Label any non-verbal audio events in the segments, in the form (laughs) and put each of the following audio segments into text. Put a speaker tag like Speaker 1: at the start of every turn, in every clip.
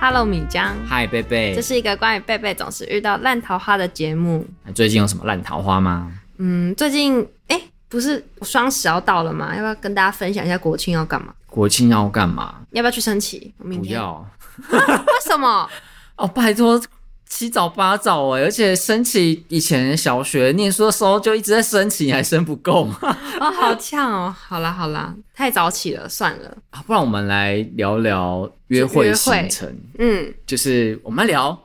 Speaker 1: Hello，米江，
Speaker 2: 嗨，贝贝，
Speaker 1: 这是一个关于贝贝总是遇到烂桃花的节目。
Speaker 2: 最近有什么烂桃花吗？
Speaker 1: 嗯，最近哎、不是双十要到了吗？要不要跟大家分享一下国庆要干嘛？
Speaker 2: 国庆要干嘛？
Speaker 1: 要不要去升旗？我明
Speaker 2: 不
Speaker 1: 天
Speaker 2: 要
Speaker 1: 为什么？
Speaker 2: 哦，拜托，七早八早哎，而且升旗以前小学念书的时候就一直在升旗，还升不够 (laughs) 吗？
Speaker 1: 哦，好呛哦！好啦好啦，太早起了，算了。
Speaker 2: 啊不然我们来聊聊约会
Speaker 1: 约
Speaker 2: 行
Speaker 1: 会
Speaker 2: 程，
Speaker 1: 嗯，
Speaker 2: 就是我们来聊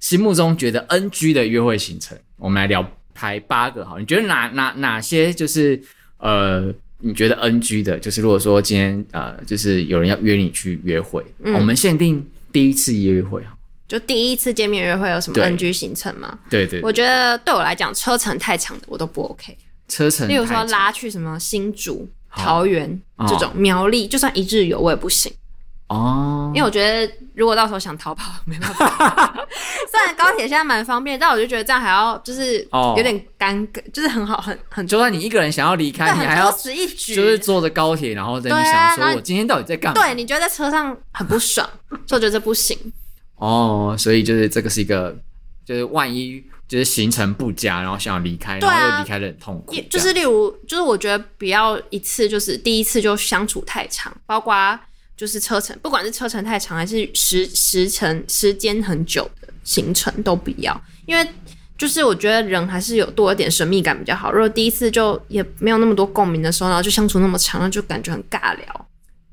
Speaker 2: 心目中觉得 NG 的约会行程。我们来聊排八个好，你觉得哪哪哪些就是呃？你觉得 NG 的，就是如果说今天呃，就是有人要约你去约会，
Speaker 1: 嗯
Speaker 2: 我们限定第一次约会好
Speaker 1: 就第一次见面约会有什么
Speaker 2: 对
Speaker 1: NG 行程吗？
Speaker 2: 对对，
Speaker 1: 我觉得对我来讲，车程太长的我都不 OK。
Speaker 2: 车程太
Speaker 1: 例
Speaker 2: 长，
Speaker 1: 如说拉去什么新竹、桃园
Speaker 2: 哦
Speaker 1: 这种苗栗，就算一日游我也不行，
Speaker 2: 哦，
Speaker 1: 因为我觉得如果到时候想逃跑没办法。 (laughs) 虽然高铁现在蛮方便，但我就觉得这样还要就是
Speaker 2: 哦
Speaker 1: 有点尴尬，就是很好很很
Speaker 2: 就算你一个人想要离
Speaker 1: 对
Speaker 2: 开，你
Speaker 1: 很
Speaker 2: 还
Speaker 1: 多
Speaker 2: 要
Speaker 1: 此一举，
Speaker 2: 就是坐着高铁，然后在那
Speaker 1: 对
Speaker 2: 边
Speaker 1: 啊
Speaker 2: 想
Speaker 1: 然后
Speaker 2: 说，我今天到底在干嘛？
Speaker 1: 对，你觉得在车上很不爽，所以我觉得这不行。
Speaker 2: 哦，所以就是这个是一个，就是万一就是行程不佳，然后想要离开，
Speaker 1: 对
Speaker 2: 然
Speaker 1: 啊
Speaker 2: 后又离开的很痛苦
Speaker 1: 也，
Speaker 2: 这
Speaker 1: 就
Speaker 2: 样
Speaker 1: 是例如，就是我觉得不要一次就是第一次就相处太长，包括就是车程，不管是车程太长还是时时程时间很久嗯的行程都不要，因为就是我觉得人还是有多一点神秘感比较好。如果第一次就也没有那么多共鸣的时候，然后就相处那么长，那就感觉很尬聊。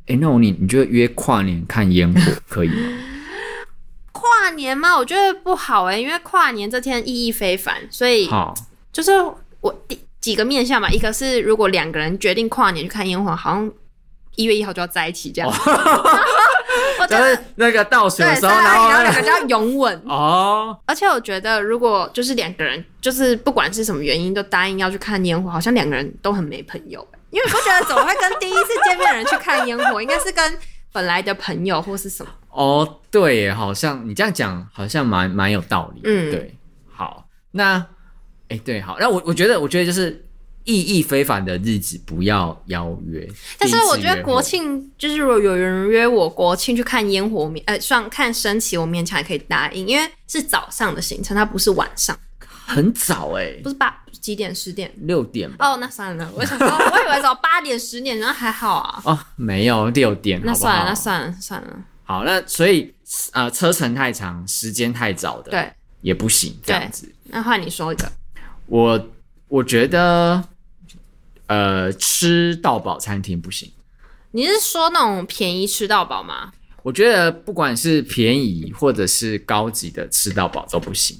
Speaker 2: 哎，那我你你觉得约跨年看烟火可以吗？
Speaker 1: 跨年嘛，我觉得不好哎、因为跨年这天意义非凡，所以 (laughs)
Speaker 2: 好，
Speaker 1: 就是我第几个面向嘛，一个是如果两个人决定跨年去看烟火，好像一月一号就要在一起这样。 (laughs) 我觉
Speaker 2: 哦就
Speaker 1: 得
Speaker 2: 是那个倒数
Speaker 1: 啊对，
Speaker 2: 的时候，
Speaker 1: 所以
Speaker 2: 然
Speaker 1: 然后两
Speaker 2: 后
Speaker 1: 个叫拥吻。
Speaker 2: (laughs) 哦，
Speaker 1: 而且我觉得，如果就是两个人，就是不管是什么原因，都答应要去看烟火，好像两个人都很没朋友。因为你不觉得怎么会跟第一次见面的人去看烟火？应该是跟本来的朋友或是什么？
Speaker 2: 哦，对耶，好像你这样讲，好像蛮蛮有道理。
Speaker 1: 嗯
Speaker 2: 嗯，对，好，那，哎，对，好，那我我觉得，我觉得就是意义非凡的日子不要邀约。
Speaker 1: 但是
Speaker 2: 第一次
Speaker 1: 我觉得
Speaker 2: 约会
Speaker 1: 国，庆就是如果有人约我国庆去看烟火，我勉呃算看升旗，我勉强也可以答应，因为是早上的行程，它不是晚上，
Speaker 2: 很早哎
Speaker 1: 不，是八几点十点。
Speaker 2: 六点吧？
Speaker 1: 哦，那算了，我想
Speaker 2: (laughs)
Speaker 1: 说，我以为早八点十点，那还好啊。
Speaker 2: 哦，没有六点，
Speaker 1: 那
Speaker 2: 好不
Speaker 1: 算了，
Speaker 2: 好
Speaker 1: 那算了，算了。
Speaker 2: 好，那所以呃，车程太长，时间太早的，，
Speaker 1: 对，
Speaker 2: 也不行，这样子。
Speaker 1: 那换你说一个。
Speaker 2: 我我觉得，呃，吃到饱餐厅不行。
Speaker 1: 你是说那种便宜吃到饱吗？
Speaker 2: 我觉得不管是便宜或者是高级的吃到饱都不行。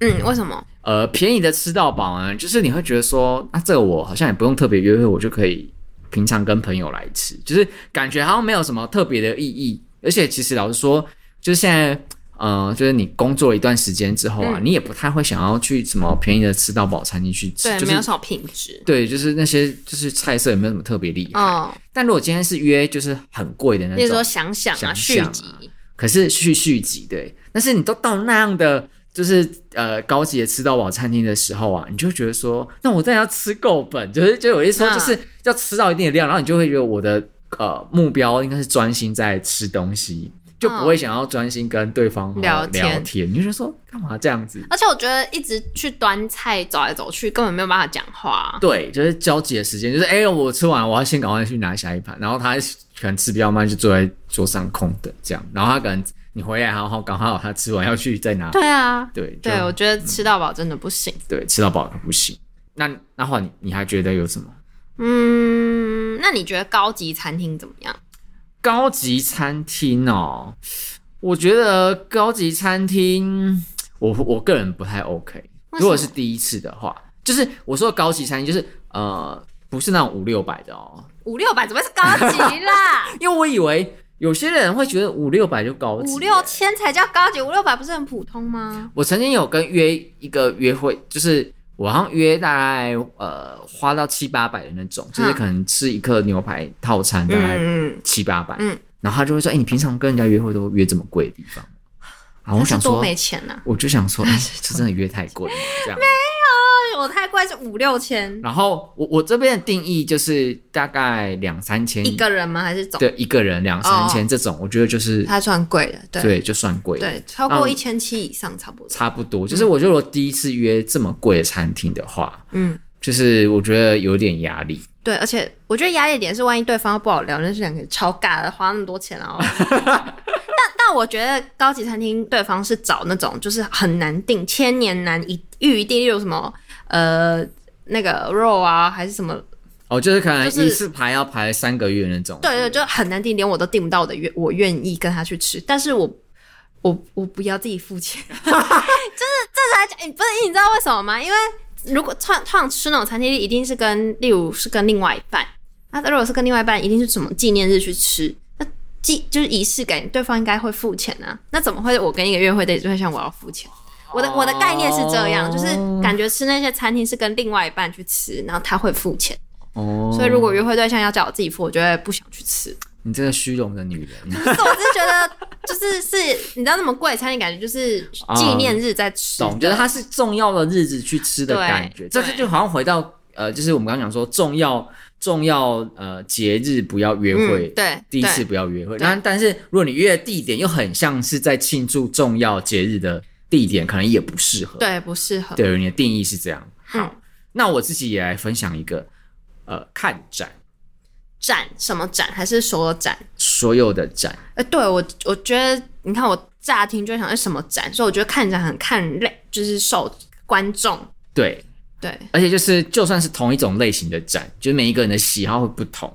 Speaker 1: 嗯，为什么？
Speaker 2: 呃，便宜的吃到饱呢，就是你会觉得说，啊，这个我好像也不用特别约会，我就可以平常跟朋友来吃，就是感觉好像没有什么特别的意义。而且其实老实说，就是现在，呃，就是你工作了一段时间之后啊，
Speaker 1: 嗯
Speaker 2: 你也不太会想要去什么便宜的吃到饱餐厅去吃，
Speaker 1: 对，
Speaker 2: 就是
Speaker 1: 没有什么品质。
Speaker 2: 对，就是那些就是菜色也没有什么特别厉害。
Speaker 1: 哦，
Speaker 2: 但如果今天是约就是很贵的那
Speaker 1: 例如说
Speaker 2: 种，
Speaker 1: 想想啊，
Speaker 2: 想
Speaker 1: 续
Speaker 2: 想啊
Speaker 1: 集，
Speaker 2: 可是去续集对，但是你都到那样的就是呃高级的吃到饱餐厅的时候啊，你就会觉得说，那我当然要吃够本，就是就有一说
Speaker 1: 嗯
Speaker 2: 就是要吃到一定的量，然后你就会觉得我的呃目标应该是专心在吃东西，就不会想要专心跟对方好
Speaker 1: 聊
Speaker 2: 好
Speaker 1: 天啊
Speaker 2: 聊天，你就觉得说干嘛这样子？
Speaker 1: 而且我觉得一直去端菜走来走去，根本没有办法讲话啊、
Speaker 2: 对，就是交集的时间，就是哎、我吃完，我要先赶快去拿下一盘，然后他可能吃比较慢，就坐在桌上空的这样，然后他可能你回来，然后刚好他吃完要去再拿，
Speaker 1: 对啊，
Speaker 2: 对就
Speaker 1: 对，我觉得吃到饱真的不行。
Speaker 2: 对吃到饱可不行。那那话你你还觉得有什么
Speaker 1: 嗯，那你觉得高级餐厅怎么样？
Speaker 2: 高级餐厅哦？我觉得高级餐厅，我我个人不太 OK。
Speaker 1: 为什么
Speaker 2: 如果是第一次的话，就是我说的高级餐厅，就是呃，不是那种五六百的哦，
Speaker 1: 五六百怎么会是高级 (laughs) 啦？
Speaker 2: 因为我以为有些人会觉得五六百就高级，
Speaker 1: 五六千才叫高级，五六百不是很普通吗？
Speaker 2: 我曾经有跟约一个约会，就是我好像约大概呃花到七八百的那种，就是可能吃一个牛排套餐大概
Speaker 1: 嗯，
Speaker 2: 七八百，
Speaker 1: 嗯
Speaker 2: 然后他就会说：“哎、你平常跟人家约会都约这么贵的地方？”然后
Speaker 1: 嗯
Speaker 2: 我
Speaker 1: 他是
Speaker 2: 想
Speaker 1: 多
Speaker 2: 说，
Speaker 1: 没钱啊呐、
Speaker 2: 我就想说，哎、这真的约太贵了，这样。
Speaker 1: 哎我太贵是五六千
Speaker 2: 然后我我这边的定义就是大概两三千
Speaker 1: 一个人吗？还是总？
Speaker 2: 对一个人两三千这种，我觉得就是
Speaker 1: 它算贵的，对
Speaker 2: 对就算贵了。
Speaker 1: 对，嗯超过
Speaker 2: 嗯
Speaker 1: 一千七以上差不多。
Speaker 2: 差不多，就是我觉得我第一次约这么贵的餐厅的话，
Speaker 1: 嗯，
Speaker 2: 就是我觉得有点压力。
Speaker 1: 对，而且我觉得压力点是，万一对方不好聊，那是两个超尬的，花那么多钱然后。但但我觉得高级餐厅对方是找那种就是很难定、千年难一遇定，例如什么呃那个肉啊，还是什么，
Speaker 2: 哦，就是可能
Speaker 1: 就是
Speaker 2: 一次排要排三个月那种。
Speaker 1: 对对，就很难定，连我都订不到我的愿，我愿意跟他去吃，但是我我我不要自己付钱， (laughs) 就是这才哎不是你知道为什么吗？因为如果创创吃那种餐厅，一定是跟例如是跟另外一半，那如果是跟另外一半，一定是什么纪念日去吃，那纪就是仪式感，对方应该会付钱啊，那怎么会我跟一个约会的对象我要付钱？我的我的概念是这样，就是感觉吃那些餐厅是跟另外一半去吃，然后他会付钱。
Speaker 2: 哦，
Speaker 1: 所以如果约会对象要叫我自己付，我就会不想去吃。
Speaker 2: 你这个虚荣的女
Speaker 1: (laughs)
Speaker 2: 人，
Speaker 1: 可是我只是觉得，就是是，你知道那么贵的餐厅，感觉就是
Speaker 2: 啊
Speaker 1: 纪念日在吃的，
Speaker 2: 懂？就是它是重要的日子去吃的
Speaker 1: 对
Speaker 2: 感觉，这个
Speaker 1: 对
Speaker 2: 就好像回到呃，就是我们刚刚讲说重要重要呃节日不要约会，
Speaker 1: 嗯对
Speaker 2: 第一次
Speaker 1: 对
Speaker 2: 不要约会。
Speaker 1: 对
Speaker 2: 那但是如果你约的地点又很像是在庆祝重要节日的地点，可能也不适合。
Speaker 1: 对不适合。
Speaker 2: 对，你的定义是这样。好，
Speaker 1: 嗯
Speaker 2: 那我自己也来分享一个，呃，看展，
Speaker 1: 展什么展还是所有展？
Speaker 2: 所有的展，
Speaker 1: 呃，对我我觉得，你看我乍听就想，哎，什么展？所以我觉得看展很看类，就是受观众。
Speaker 2: 对，
Speaker 1: 对，
Speaker 2: 而且就是就算是同一种类型的展，就是每一个人的喜好会不同。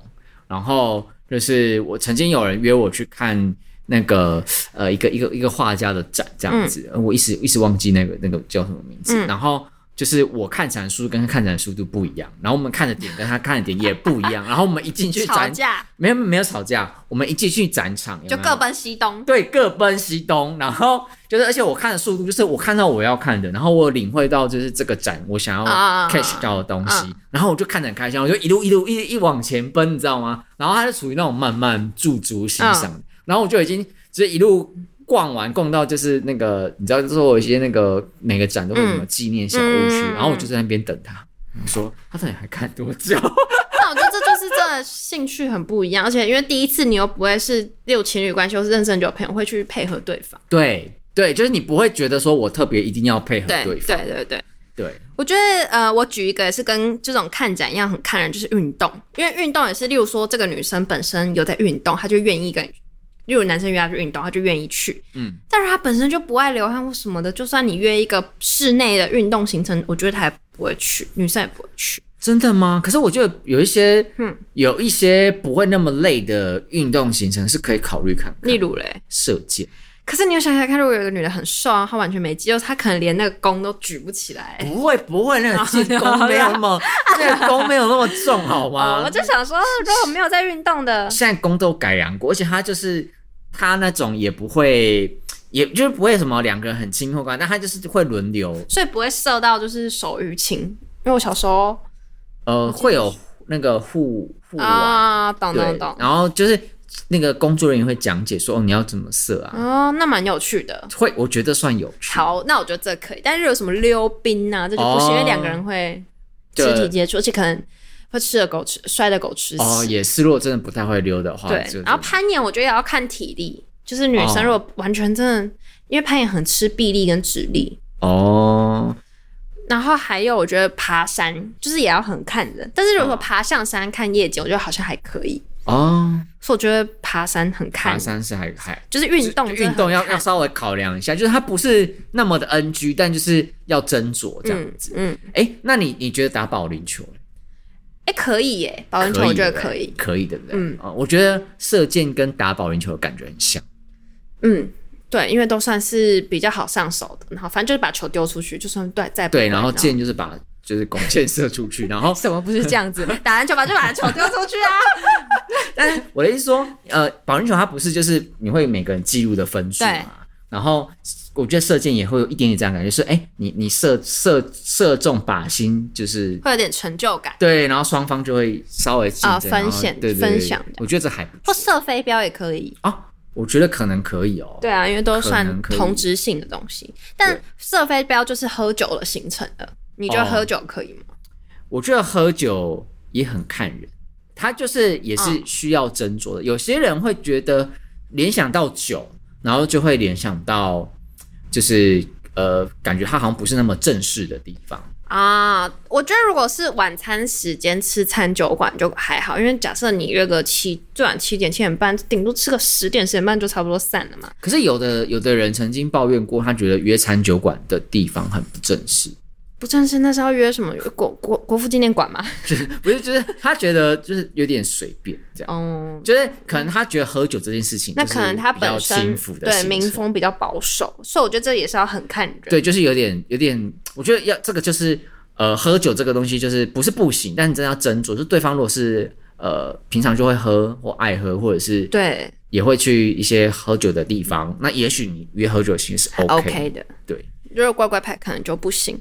Speaker 2: 然后就是我曾经有人约我去看那个呃一个一个一个画家的展这样子，呃我一时一时忘记那个那个叫什么名字。
Speaker 1: 嗯
Speaker 2: 然后就是我看展速度跟他看展速度不一样，然后我们看的点跟他看的点也不一样。然后我们一进
Speaker 1: (laughs)
Speaker 2: 去
Speaker 1: 吵
Speaker 2: 展，
Speaker 1: 架
Speaker 2: 没有没有吵架，我们一进去展场有
Speaker 1: 就
Speaker 2: 没有
Speaker 1: 各奔西东。
Speaker 2: 对，各奔西东。然后就是，而且我看的速度就是我看到我要看的，然后我领会到就是这个展我想要
Speaker 1: 啊
Speaker 2: catch 到的东西，然后我就看得很开心，我就一路一路一一往前奔，你知道吗？然后它是属于那种慢慢驻足欣赏，
Speaker 1: 嗯
Speaker 2: 然后我就已经就是一路。逛完逛到就是那个，你知道，就是我有一些那个每个展都会有什么纪念小物区，
Speaker 1: 嗯嗯
Speaker 2: 然后我就在那边等他。我说他到底还看多久？ (laughs)
Speaker 1: 但我觉得这就是真的兴趣很不一样，而且因为第一次你又不会是六情侣关系，或是认识很久的朋友，会去配合对方。
Speaker 2: 对对，就是你不会觉得说我特别一定要配合
Speaker 1: 对
Speaker 2: 对
Speaker 1: 对
Speaker 2: 方，
Speaker 1: 对对。
Speaker 2: 对
Speaker 1: 我觉得，呃，我举一个也是跟这种看展一样很看人，就是运动，因为运动也是，例如说这个女生本身有在运动，她就愿意跟你，例如男生约她去运动，她就愿意去，
Speaker 2: 嗯，
Speaker 1: 但是她本身就不爱流汗或什么的，就算你约一个室内的运动行程，我觉得她也不会去，女生也不会去，
Speaker 2: 真的吗？可是我觉得有一些，嗯
Speaker 1: 嗯，
Speaker 2: 有一些不会那么累的运动行程是可以考虑看看，
Speaker 1: 例如嘞。
Speaker 2: 射箭，
Speaker 1: 可是你有想想看，如果有一个女的很瘦啊，她完全没肌肉，她可能连那个弓都举不起来。
Speaker 2: 不会不会，那个进攻没有
Speaker 1: (laughs)
Speaker 2: 那么，那个弓没有那么重，好
Speaker 1: 哦，
Speaker 2: 吗
Speaker 1: 我？就想说，如果没有在运动的，
Speaker 2: 现在弓都改良过，而且它就是它那种也不会，也就是不会什么两个人很亲或干嘛，但它就是会轮流，
Speaker 1: 所以不会射到就是手淤青。因为我小时候嗯
Speaker 2: 呃，会有那个护护网，
Speaker 1: 啊，懂
Speaker 2: 对
Speaker 1: 懂，懂。
Speaker 2: 然后就是那个工作人员会讲解说，哦，你要怎么射啊？
Speaker 1: 哦，那蛮有趣的。
Speaker 2: 会，我觉得算有趣。
Speaker 1: 好，啊那我觉得这可以，但是有什么溜冰啊，这就不行，
Speaker 2: 哦
Speaker 1: 因为两个人会
Speaker 2: 对
Speaker 1: 肢体接触，而且可能会吃了狗吃，摔了狗吃死。
Speaker 2: 哦，也是，如果真的不太会溜的话，
Speaker 1: 对
Speaker 2: 就，
Speaker 1: 然后攀岩我觉得也要看体力，就是女
Speaker 2: 哦
Speaker 1: 生如果完全真的，因为攀岩很吃臂力跟直力。
Speaker 2: 哦，
Speaker 1: 然后还有，我觉得爬山就是也要很看人，但是如果
Speaker 2: 哦
Speaker 1: 爬上山看夜景，我觉得好像还可以。
Speaker 2: 哦，
Speaker 1: 所以我觉得爬山很看
Speaker 2: 爬山是还还
Speaker 1: 就是运动真的
Speaker 2: 运
Speaker 1: 很
Speaker 2: 动要
Speaker 1: 看
Speaker 2: 要稍微考量一下，就是它不是那么的 NG，但就是要斟酌这样子。
Speaker 1: 嗯，哎、嗯
Speaker 2: 哎、那你你觉得打保龄球呢？
Speaker 1: 诶哎可以耶，保龄球我觉得可
Speaker 2: 对
Speaker 1: 以
Speaker 2: 不对，可以对不对？嗯
Speaker 1: 嗯、
Speaker 2: 我觉得射箭跟打保龄球的感觉很像。
Speaker 1: 嗯，对，因为都算是比较好上手的，然后反正就是把球丢出去，就算对再不
Speaker 2: 对，
Speaker 1: 管
Speaker 2: 然后
Speaker 1: (laughs)
Speaker 2: 箭就是把就是弓箭射出去，然后 (laughs)
Speaker 1: 什么不是这样子，打篮球吧就把球丢出去啊，
Speaker 2: 但是我的意思说，呃，保龄球它不是就是你会每个人记录的分数
Speaker 1: 对
Speaker 2: 嘛，然后我觉得射箭也会有一点点这样的感觉，就是哎、你你射射射中靶心就是。
Speaker 1: 会有点成就感。
Speaker 2: 对，然后双方就会稍微竞
Speaker 1: 啊
Speaker 2: 争
Speaker 1: 分
Speaker 2: 然后
Speaker 1: 享
Speaker 2: 对对对
Speaker 1: 分享
Speaker 2: 我觉得这还不
Speaker 1: 或射飞镖也可以。
Speaker 2: 啊、我觉得可能可以哦。
Speaker 1: 对啊，因为都
Speaker 2: 可
Speaker 1: 算
Speaker 2: 能可以
Speaker 1: 同质性的东西，但射飞镖就是喝酒了形成的，你觉得
Speaker 2: 哦
Speaker 1: 喝酒可以吗？
Speaker 2: 我觉得喝酒也很看人，他就是也
Speaker 1: 嗯
Speaker 2: 是需要斟酌的。有些人会觉得联想到酒，然后就会联想到就是呃，感觉他好像不是那么正式的地方。
Speaker 1: 啊，我觉得如果是晚餐时间吃餐酒馆就还好，因为假设你约个七最晚七点七点半，顶多吃个十点十点半就差不多散了嘛。
Speaker 2: 可是有的有的人曾经抱怨过，他觉得约餐酒馆的地方很不正式，
Speaker 1: 不正式那是要约什么国国国父纪念
Speaker 2: (laughs)
Speaker 1: 馆吗？
Speaker 2: (laughs) 不是就是他觉得就是有点随便这样。
Speaker 1: 嗯，
Speaker 2: 就是可能他觉得喝酒这件事情，
Speaker 1: 那可能他
Speaker 2: 比较
Speaker 1: 本身
Speaker 2: 轻浮的
Speaker 1: 对
Speaker 2: 行
Speaker 1: 民
Speaker 2: 程
Speaker 1: 风比较保守，所以我觉得这也是要很看人。
Speaker 2: 对，就是有点有点，我觉得要这个就是呃，喝酒这个东西就是不是不行，但你真的要斟酌。就是对方如果是呃平常就会喝或爱喝，或者是
Speaker 1: 对
Speaker 2: 也会去一些喝酒的地方，那也许你约喝酒的形式 OK,
Speaker 1: OK 的。
Speaker 2: 对。
Speaker 1: 如果乖乖牌可能就不行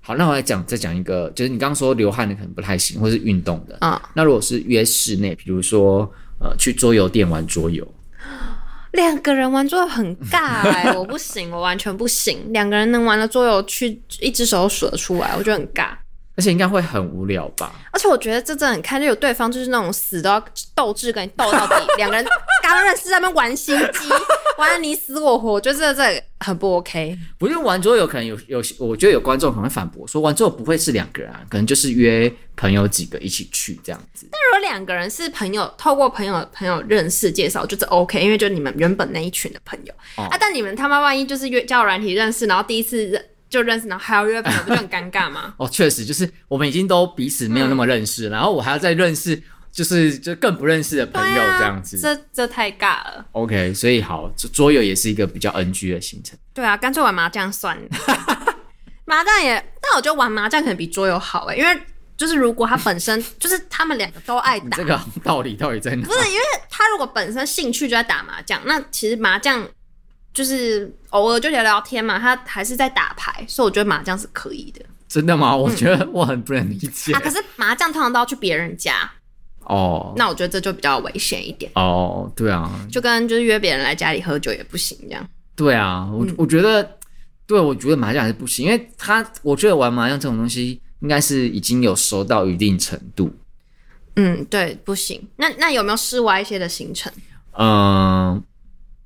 Speaker 2: 好，那我来讲再讲一个，就是你刚刚说流汗的可能不太行，或是运动的。
Speaker 1: 啊、
Speaker 2: 那如果是约室内，比如说呃去桌游店玩桌游，
Speaker 1: 两个人玩桌游很尬哎、
Speaker 2: (laughs)
Speaker 1: 我不行，我完全不行。两个人能玩的桌游，去一只手数得出来，我觉得很尬。
Speaker 2: 而且应该会很无聊吧？
Speaker 1: 而且我觉得这真的很看，就有对方就是那种死都要斗志跟你斗到底，
Speaker 2: (laughs)
Speaker 1: 两个人刚认识在那边玩心机，玩得你死我活，我觉得这这很不 OK。
Speaker 2: 不是玩桌游，可能有有，我觉得有观众可能会反驳说，玩桌游不会是两个人、啊，可能就是约朋友几个一起去这样子。
Speaker 1: 但如果两个人是朋友，透过朋友朋友认识介绍，就是 OK，因为就你们原本那一群的朋友、
Speaker 2: 哦？
Speaker 1: 啊。但你们他妈万一就是约交友软体认识，然后第一次认就认识，然后还要约朋友，不就很尴尬吗
Speaker 2: 哦，确实就是我们已经都彼此没有那么认识，然后我还要再认识，就是就更不认识 (laughs) 的朋友这样子。
Speaker 1: 啊这这太尬了。
Speaker 2: OK，所以好，桌桌游也是一个比较 NG 的行程。
Speaker 1: 对啊，干脆玩麻将算了。
Speaker 2: (laughs)
Speaker 1: 麻将也，但我觉得玩麻将可能比桌游好哎、因为就是如果他本身就是他们两个都爱
Speaker 2: 你
Speaker 1: 打，
Speaker 2: 这个道理到底在哪
Speaker 1: 不？是因为他如果本身兴趣就在打麻将，那其实麻将就是偶尔就聊聊天嘛，他还是在打牌，所以我觉得麻将是可以的
Speaker 2: 真的
Speaker 1: 嗯
Speaker 2: 吗？我觉得我很不能理解。
Speaker 1: 啊。可是麻将通常都要去别人家，
Speaker 2: 哦
Speaker 1: 那我觉得这就比较危险一点，
Speaker 2: 哦，对啊，
Speaker 1: 就跟就是约别人来家里喝酒也不行这样。
Speaker 2: 对啊，我、
Speaker 1: 嗯
Speaker 2: 我觉得，对我觉得麻将还是不行，因为他我觉得玩麻将这种东西应该是已经有熟到一定程度。
Speaker 1: 嗯，对，不行。那那有没有室外一些的行程？
Speaker 2: 嗯，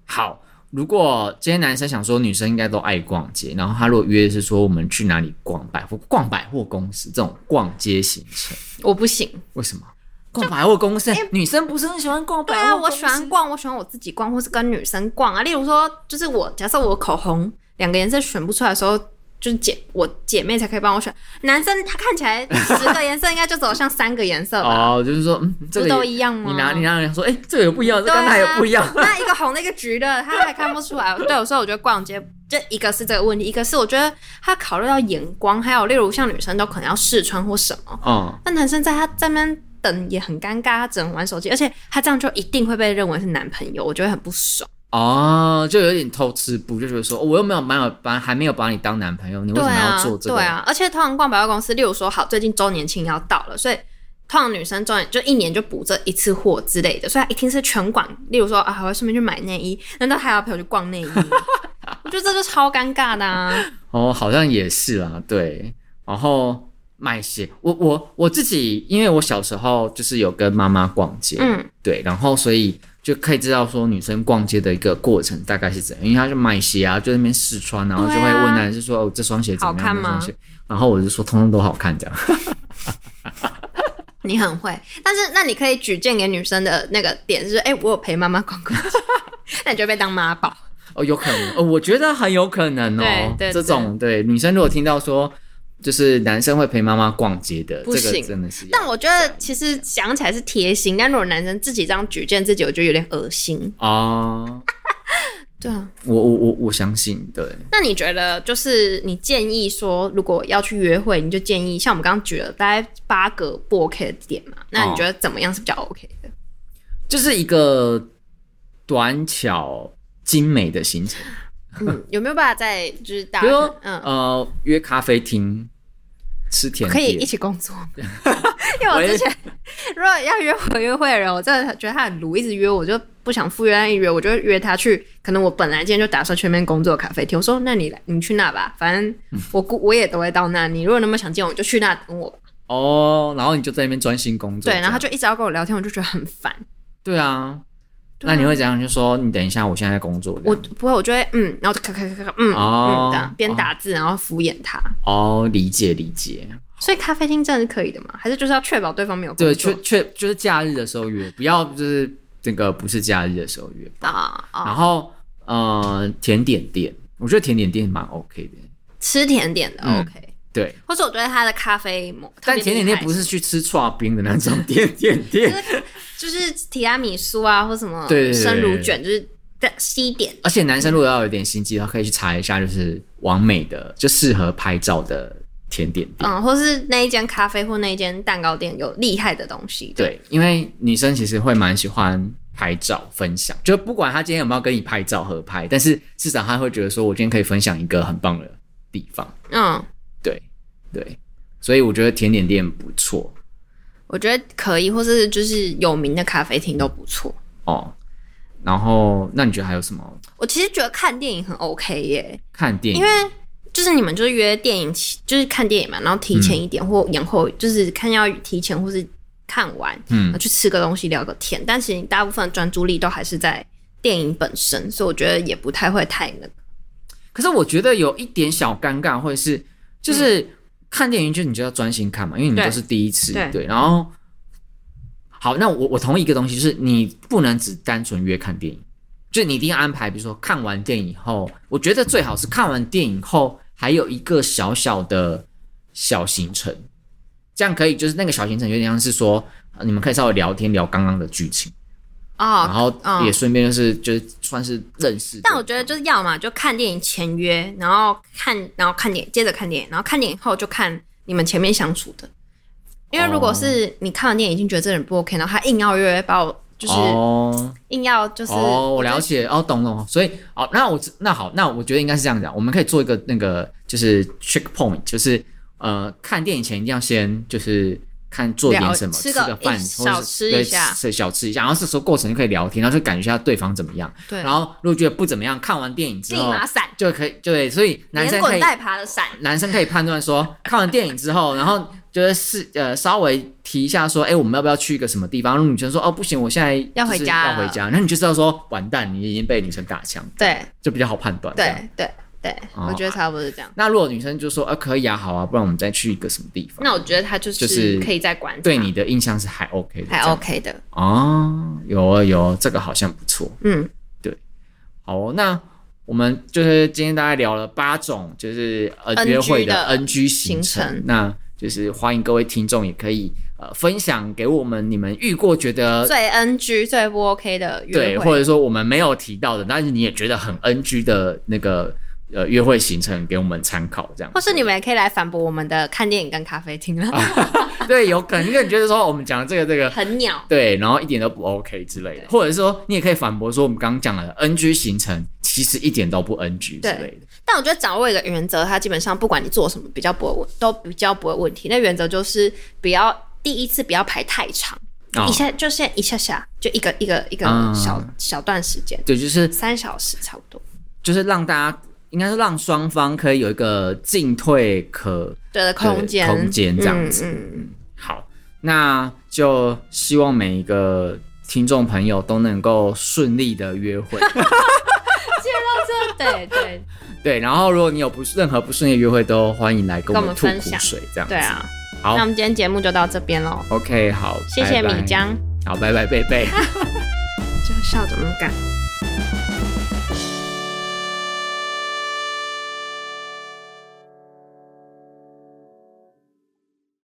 Speaker 2: 好，如果今天男生想说女生应该都爱逛街，然后他如果约的是说我们去哪里逛百货、逛百货公司这种逛街行程，
Speaker 1: 我不行。
Speaker 2: 为什么？逛百货公司，女生不是很喜欢逛百
Speaker 1: 对
Speaker 2: 货
Speaker 1: 啊，
Speaker 2: 公
Speaker 1: 我
Speaker 2: 司
Speaker 1: 喜欢。逛，我喜欢我自己逛，或是跟女生逛啊。例如说，就是我假设我口红两个颜色选不出来的时候，就是姐我姐妹才可以帮我选。男生他看起来十个颜色应该就只有像三个颜色吧？
Speaker 2: 哦，就是说，嗯，这个
Speaker 1: 都
Speaker 2: 也
Speaker 1: 一样吗
Speaker 2: 你拿你拿人说，哎、这个有不一样，这
Speaker 1: 对
Speaker 2: 跟那有
Speaker 1: 啊，。
Speaker 2: 不一样
Speaker 1: (laughs) 那一个红的，一个橘的，他还看不出来。对，所以我觉得逛街，就一个是这个问题，一个是我觉得他考虑到眼光，还有例如像女生都可能要试穿或什么，
Speaker 2: 嗯，
Speaker 1: 那男生在他这边等也很尴尬，他只能玩手机，而且他这样就一定会被认为是男朋友，我觉得很不爽。
Speaker 2: 哦，就有点偷吃步，就觉得说、哦我又没有把有把还没有把你当男朋友，你为
Speaker 1: 对
Speaker 2: 什么
Speaker 1: 啊，
Speaker 2: 要做这个？
Speaker 1: 对啊，而且通常逛百货公司，例如说，好，最近周年庆要到了，所以通常女生周年就一年就补这一次货之类的，所以她一定是全馆。例如说啊，还会顺便去买内衣，难道还要陪我去逛内衣吗？ (laughs) 我觉得这就超尴尬的啊！
Speaker 2: 哦，好像也是啦，对。然后买鞋，我我我自己，因为我小时候就是有跟妈妈逛街，
Speaker 1: 嗯，
Speaker 2: 对，然后所以就可以知道说女生逛街的一个过程大概是怎样，因为她就买鞋啊，就在那边试穿，然后就
Speaker 1: 对
Speaker 2: 会
Speaker 1: 啊
Speaker 2: 问男生说、哦这双鞋怎么
Speaker 1: 好
Speaker 2: 样，
Speaker 1: 看
Speaker 2: 那双
Speaker 1: 吗
Speaker 2: 鞋，然后我就说通通都好看这样。
Speaker 1: 你很会，但是那你可以举荐给女生的那个点是，哎、我有陪妈妈逛逛街，那你就被当妈 (laughs) 宝。
Speaker 2: 哦，有可能，哦，我觉得很有可能哦。
Speaker 1: 对对
Speaker 2: 这种对女生如果听到说，就是男生会陪妈妈逛街的，这
Speaker 1: 不
Speaker 2: 个
Speaker 1: 行
Speaker 2: 真的是要。
Speaker 1: 但我觉得其实想起来是贴心，但如果男生自己这样举荐自己，我觉得有点恶心。
Speaker 2: 哦，
Speaker 1: 对啊，
Speaker 2: 我我我我相信，对，
Speaker 1: 那你觉得，就是你建议说，如果要去约会，你就建哦议像我们刚刚举了大概八个不 OK 的点嘛？那你觉得怎么样是比较 OK 的？
Speaker 2: 就是一个短巧精美的行程。
Speaker 1: 嗯，有没有办法再就是大
Speaker 2: 比
Speaker 1: 家
Speaker 2: 如
Speaker 1: 可
Speaker 2: 说，
Speaker 1: 能嗯，
Speaker 2: 呃，约咖啡厅吃甜点，
Speaker 1: 可以一起工作？ (laughs) 因为嗯我之前如果要约我约会的人，我真的觉得他很鲁，一直约我就不想赴约，但一约我就约他去。可能我本来今天就打算去那边工作的咖啡厅，我说那你来，你去那吧，反 (laughs) 正我估我也都会到那。你如果那么想见我，你就去那等我吧。
Speaker 2: 哦，然后你就在那边专心工作。
Speaker 1: 对，然后他
Speaker 2: 这样
Speaker 1: 就一直要跟我聊天，我就觉得很烦。
Speaker 2: 对啊，
Speaker 1: 对啊
Speaker 2: 那你会怎样？就说你等一下，我现在在工作。
Speaker 1: 我
Speaker 2: 这样
Speaker 1: 不会，我就会嗯，然后就咔咔咔咔嗯、
Speaker 2: 哦
Speaker 1: 嗯这样边打字，然后敷衍他。
Speaker 2: 哦，理解理解。
Speaker 1: 所以咖啡厅真的是可以的吗？还是就是要确保对方没有工
Speaker 2: 对，
Speaker 1: 作
Speaker 2: 确确就是假日的时候约，不要就是那个不是假日的时候约。
Speaker 1: 啊啊
Speaker 2: 然后呃，甜点店，我觉得甜点店蛮 OK 的。
Speaker 1: 吃甜点的、
Speaker 2: 嗯
Speaker 1: OK，
Speaker 2: 对，
Speaker 1: 或者我觉得他的咖啡某，
Speaker 2: 但甜点店不是去吃串冰的那
Speaker 1: (laughs)
Speaker 2: 种甜点店，
Speaker 1: 就是提拉米苏啊，或什么
Speaker 2: 对对对对
Speaker 1: 生乳卷，就是的西点。
Speaker 2: 而且男生如果要有点心机的话，可以去查一下，就是完美的就适合拍照的甜点店。
Speaker 1: 嗯，或是那一间咖啡或那一间蛋糕店有厉害的东西，，
Speaker 2: 对，因为女生其实会蛮喜欢拍照分享，就不管她今天有没有跟你拍照合拍，但是至少她会觉得说我今天可以分享一个很棒的地方。
Speaker 1: 嗯，
Speaker 2: 对对，所以我觉得甜点店不错
Speaker 1: 我觉得可以，或是就是有名的咖啡厅都不错。
Speaker 2: 哦。然后，那你觉得还有什么
Speaker 1: 我其实觉得看电影很 OK 耶，
Speaker 2: 看电影？
Speaker 1: 因为就是你们就是约电影起，就是看电影嘛，然后提前一
Speaker 2: 嗯
Speaker 1: 点、或延后，就是看要提前或是看完，
Speaker 2: 嗯
Speaker 1: 嗯，去吃个东西聊个天。但其实你大部分专注力都还是在电影本身，所以我觉得也不太会太那个。
Speaker 2: 可是我觉得有一点小尴尬，会是就是看电影就你就要专心看嘛，因为你
Speaker 1: 嗯对
Speaker 2: 都是第一次，
Speaker 1: 对
Speaker 2: 对。然后，好，那我我同意一个东西，就是你不能只单纯约看电影，就是你一定要安排，比如说看完电影后，我觉得最好是看完电影后还有一个小小的小行程，这样可以，就是那个小行程有点像是说。呃你们可以稍微聊天聊刚刚的剧情，然
Speaker 1: 哦，
Speaker 2: 后
Speaker 1: 嗯
Speaker 2: 也顺便就是、就是算是认识对方。
Speaker 1: 但我觉得就是要嘛，就看电影前约，然后看，然后看电影，接着看电影，然后看电影后就看你们前面相处
Speaker 2: 哦
Speaker 1: 的。因为如果是你看完电影已经觉得这人不 OK，然后他硬要约把我，就是
Speaker 2: 哦，
Speaker 1: 硬要就是
Speaker 2: 哦，我
Speaker 1: 觉得
Speaker 2: 了解，哦，懂懂。所以，哦，那我知那好，那我觉得应该是这样讲，我们可以做一个那个就是 checkpoint，就是呃，看电影前一定要先就是看做点
Speaker 1: 聊
Speaker 2: 什么，
Speaker 1: 吃
Speaker 2: 吃
Speaker 1: 个
Speaker 2: 个饭，
Speaker 1: 一
Speaker 2: 或
Speaker 1: 小
Speaker 2: 者
Speaker 1: 吃
Speaker 2: 是
Speaker 1: 一下
Speaker 2: 对吃小吃一下，然后这时候过程就可以聊天，然后就感觉一下对方怎么样。
Speaker 1: 对，
Speaker 2: 然后如果觉得不怎么样，看完电影之
Speaker 1: 立
Speaker 2: 后
Speaker 1: 马闪，
Speaker 2: 就可以对，所以哦男
Speaker 1: 连
Speaker 2: 生可
Speaker 1: 滚
Speaker 2: 以
Speaker 1: 带爬的闪，
Speaker 2: 男生可以判
Speaker 1: (laughs)
Speaker 2: 断说，看完电影之后，然后就是是呃稍微提一下说，哎、我们要不要去一个什么地方？如果女生说，哦，不行，我现在
Speaker 1: 要回
Speaker 2: 就是
Speaker 1: 家
Speaker 2: 要
Speaker 1: 了
Speaker 2: 回家，那你就知道说，完蛋，你已经被女生打枪，
Speaker 1: 对
Speaker 2: 就比较好判断。这样
Speaker 1: 对对对，
Speaker 2: 哦
Speaker 1: 我觉得差不多是这样。
Speaker 2: 那如果女生就说，呃，可以啊，好啊，不然我们再去一个什么地方？
Speaker 1: 那我觉得他就
Speaker 2: 就是
Speaker 1: 是可以再观察，
Speaker 2: 对你的印象是还 OK 的，
Speaker 1: 还
Speaker 2: 这样
Speaker 1: OK 的，
Speaker 2: 哦，有哦有哦，这个好像不错。
Speaker 1: 嗯，
Speaker 2: 好哦，那我们就是今天大概聊了八种，就是呃
Speaker 1: NG
Speaker 2: 约会的
Speaker 1: 的
Speaker 2: NG 行程，
Speaker 1: 行程
Speaker 2: 那就是欢迎各位听众也可以呃分享给我们你们遇过觉得。
Speaker 1: 最 NG 最不 OK 的
Speaker 2: 呃对，
Speaker 1: 约
Speaker 2: 或
Speaker 1: 会，
Speaker 2: 者说我们没有提到的，但是你也觉得很 NG 的那个呃约会行程，给我们参考这样。
Speaker 1: 或是你们也可以来反驳我们的看电影跟咖啡厅了，
Speaker 2: 啊对，有可能因为你觉得说哦我们讲的这个这
Speaker 1: (laughs)
Speaker 2: 个
Speaker 1: 很鸟。
Speaker 2: 对，然后一点都不 OK 之类的，或者说你也可以反驳说我们刚刚讲的 NG 行程其实一点都不 NG 之
Speaker 1: 对
Speaker 2: 类的。
Speaker 1: 但我觉得掌握一个原则，它基本上不管你做什么，比较不会问，都比较不会问题。那原则就是不要第一次不要排太长，
Speaker 2: 啊
Speaker 1: 一下就先一下下，就一个一个一个
Speaker 2: 嗯
Speaker 1: 小、小段时间，
Speaker 2: 对，就是
Speaker 1: 三小时差不多。
Speaker 2: 就是让大家，应该是让双方可以有一个进退可。
Speaker 1: 对的，空间
Speaker 2: 空间这样子
Speaker 1: 嗯，嗯 (laughs)
Speaker 2: 好，那就希望每一个听众朋友都能够顺利的约会。
Speaker 1: (laughs) 这对对
Speaker 2: 对，然后如果你有不任何不顺利的约会，都欢迎来跟我们吐
Speaker 1: 跟我们
Speaker 2: 苦
Speaker 1: 分享
Speaker 2: 水这样子。
Speaker 1: 对啊，
Speaker 2: 好
Speaker 1: 那我们今天节目就到这边喽，
Speaker 2: ，OK，好，
Speaker 1: 谢谢
Speaker 2: 拜拜
Speaker 1: 米江，，
Speaker 2: 好，拜拜，贝贝。
Speaker 1: 这个笑怎么敢？